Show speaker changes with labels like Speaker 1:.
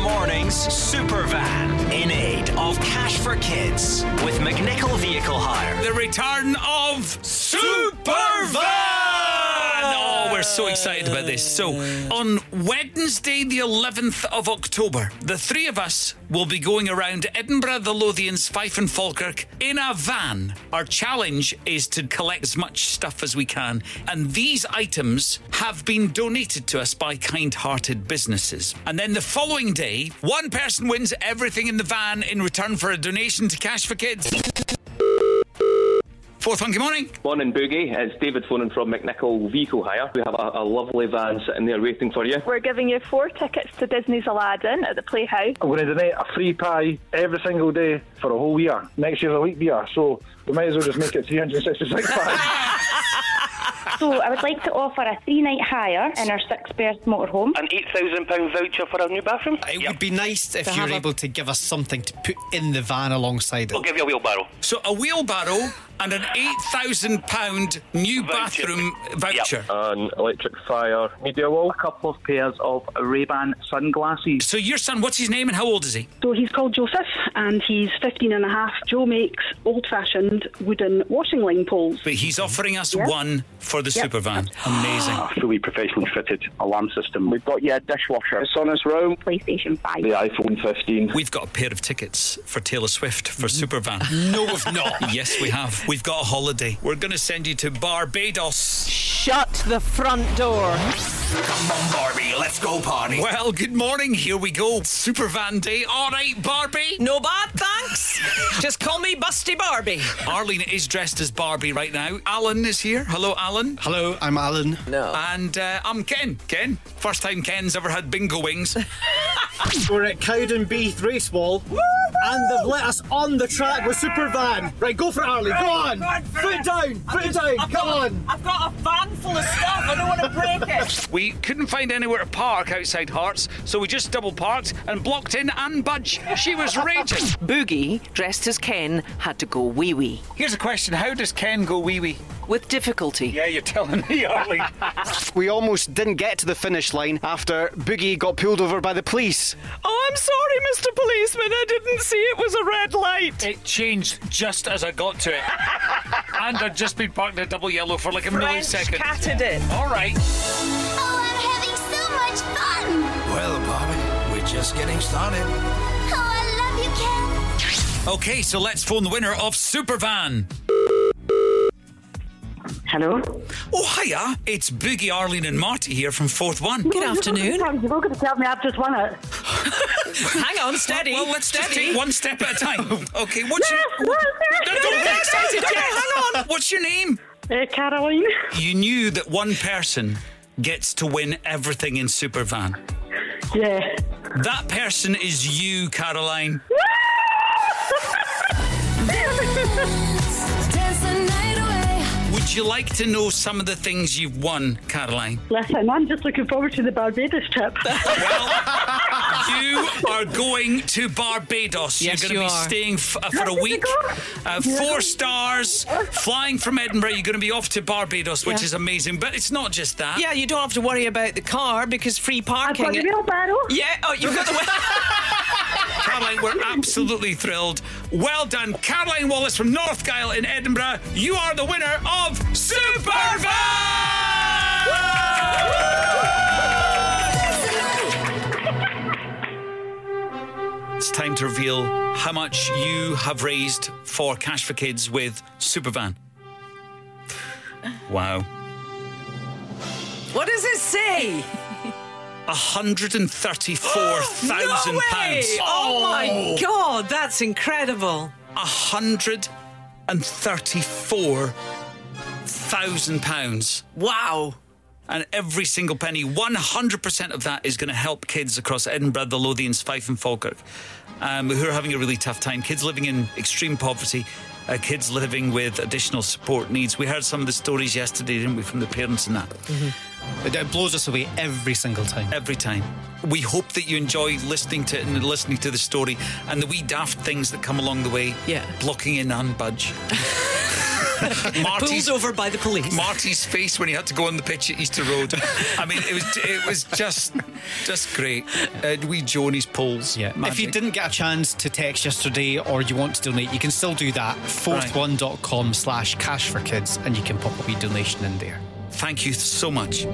Speaker 1: morning's Supervan in aid of Cash for Kids with McNichol Vehicle Hire.
Speaker 2: The return of Supervan! Oh, we're so excited about this. So, on Wednesday, the 11th of October, the three of us will be going around Edinburgh, the Lothians, Fife, and Falkirk in a van. Our challenge is to collect as much stuff as we can, and these items have been donated to us by kind hearted businesses. And then the following day, one person wins everything in the van in return for a donation to Cash for Kids. Fourth one, good morning.
Speaker 3: Morning, Boogie. It's David phoning from McNichol Vehicle Hire. We have a, a lovely van sitting there waiting for you.
Speaker 4: We're giving you four tickets to Disney's Aladdin at the Playhouse.
Speaker 5: I'm going to donate a free pie every single day for a whole year. Next year's a week year, so we might as well just make it 366 pies.
Speaker 6: So I would like to offer a three night hire in our six berth motorhome.
Speaker 7: an eight thousand pound voucher for our new bathroom.
Speaker 8: It would be nice if
Speaker 9: To
Speaker 8: you were
Speaker 9: have a-
Speaker 8: able to give us something to put in the van alongside it.
Speaker 7: We'll give you a wheelbarrow.
Speaker 2: So a wheelbarrow and an eight thousand pound new bathroom voucher.
Speaker 3: An electric fire media wall.
Speaker 10: a couple of pairs of Ray-Ban sunglasses.
Speaker 2: So your son, what's his name and how old is he?
Speaker 11: So he's called Joseph and he's 15 and a half. Joe makes old fashioned wooden washing line poles.
Speaker 2: But he's offering us one for the super van. Amazing.
Speaker 10: Fully professionally fitted alarm system. We've got your dishwasher.
Speaker 3: It's on its room.
Speaker 6: PlayStation 5.
Speaker 3: The iPhone 15.
Speaker 2: We've got a pair of tickets for Taylor Swift for Supervan.
Speaker 8: Mm. No, we've not.
Speaker 2: yes, we have. We've got a holiday. We're going to send you to Barbados.
Speaker 9: Shut the front door.
Speaker 1: Come on, Barbie, let's go party.
Speaker 2: Well, good morning. Here we go. Supervan Day. All right, Barbie.
Speaker 9: No bad, thanks. Just call me Busty Barbie.
Speaker 2: Arlene is dressed as Barbie right now. Alan is here. Hello, Alan.
Speaker 8: Hello, I'm Alan.
Speaker 2: And uh, I'm Ken. Ken. First time Ken's ever had bingo wings.
Speaker 8: We're at Cowdenbeath Race Wall, and they've let us on the track with Supervan. Right, go for it, Arlie. Go on. Put it down. Put it down. Come on.
Speaker 9: I've got a van full of stuff. I don't want to break it.
Speaker 2: We couldn't find anywhere to park outside Hearts, so we just double parked and blocked in Anne Budge. She was raging.
Speaker 9: Boogie, dressed as Ken, had to go wee wee
Speaker 2: Here's a question How does Ken go wee wee?
Speaker 9: with difficulty.
Speaker 2: Yeah, you're telling me, Arlie.
Speaker 8: We almost didn't get to the finish line after Boogie got pulled over by the police.
Speaker 9: Oh, I'm sorry, Mr. Policeman. I didn't see it was a red light.
Speaker 2: it changed just as I got to it. and I'd just been parked in a double yellow for like a
Speaker 9: French
Speaker 2: millisecond.
Speaker 9: catted it.
Speaker 2: All right.
Speaker 6: Oh, I'm having so much fun!
Speaker 1: Well, Barbie, we're just getting started.
Speaker 6: Oh, I love you, Ken!
Speaker 2: Okay, so let's phone the winner of Supervan.
Speaker 6: Hello?
Speaker 2: Oh, hiya. It's Boogie, Arlene, and Marty here from Fourth One.
Speaker 9: Good afternoon.
Speaker 6: You're not going to tell me I've just won it.
Speaker 9: Hang on, steady.
Speaker 2: Well, let's just
Speaker 9: steady.
Speaker 2: take one step at a time. Okay, what's your... No, don't get excited
Speaker 9: no, no,
Speaker 2: yet.
Speaker 9: hang on.
Speaker 2: What's your name?
Speaker 6: Caroline?
Speaker 2: You knew that one person gets to win everything in Supervan.
Speaker 6: Yeah.
Speaker 2: That person is you, Caroline. Would you like to know some of the things you've won, Caroline?
Speaker 6: Listen, I'm just looking forward to the Barbados trip.
Speaker 2: Well, you are going to Barbados.
Speaker 9: Yes,
Speaker 2: You're going
Speaker 9: you
Speaker 2: to be
Speaker 9: are.
Speaker 2: staying f- uh, for a week. Uh, four stars, flying from Edinburgh. You're going to be off to Barbados, which
Speaker 9: Yeah.
Speaker 2: is amazing. But it's not just that.
Speaker 9: Yeah, you don't have to worry about the car because free parking.
Speaker 6: Got a real barrel?
Speaker 9: yeah, oh, you've got the.
Speaker 2: Caroline, we're absolutely thrilled. Well done, Caroline Wallace from North Gyle in Edinburgh. You are the winner of Supervan! It's time to reveal how much you have raised for Cash for Kids with Supervan. Wow.
Speaker 9: What does it say?
Speaker 2: £134,000.
Speaker 9: no way! Oh my god, that's incredible.
Speaker 2: hundred and thirty-four thousand pounds,
Speaker 9: Wow.
Speaker 2: and every single penny, one hundred percent of that is going to help kids across Edinburgh, the Lothians, Fife, and Falkirk, um, who are having a really tough time. Kids living in extreme poverty. Uh, kids living with additional support needs. We heard some of the stories yesterday, didn't we, from the parents and that
Speaker 8: It it blows us away every single time.
Speaker 2: every time. We hope that you enjoy listening to it and listening to the story and the wee daft things that come along the way.
Speaker 9: Yeah.
Speaker 2: Blocking in and budge. Marty's-
Speaker 9: Pulled over by the police.
Speaker 2: Marty's face when he had to go on the pitch at Easter Road. I mean, it was it was just just great. Uh, we Joni's polls. Yeah.
Speaker 8: If you didn't get a chance to text yesterday or you want to donate, you can still do that. Fourthone.com slash cash for kids and you can pop a wee donation in there.
Speaker 2: Thank you so much.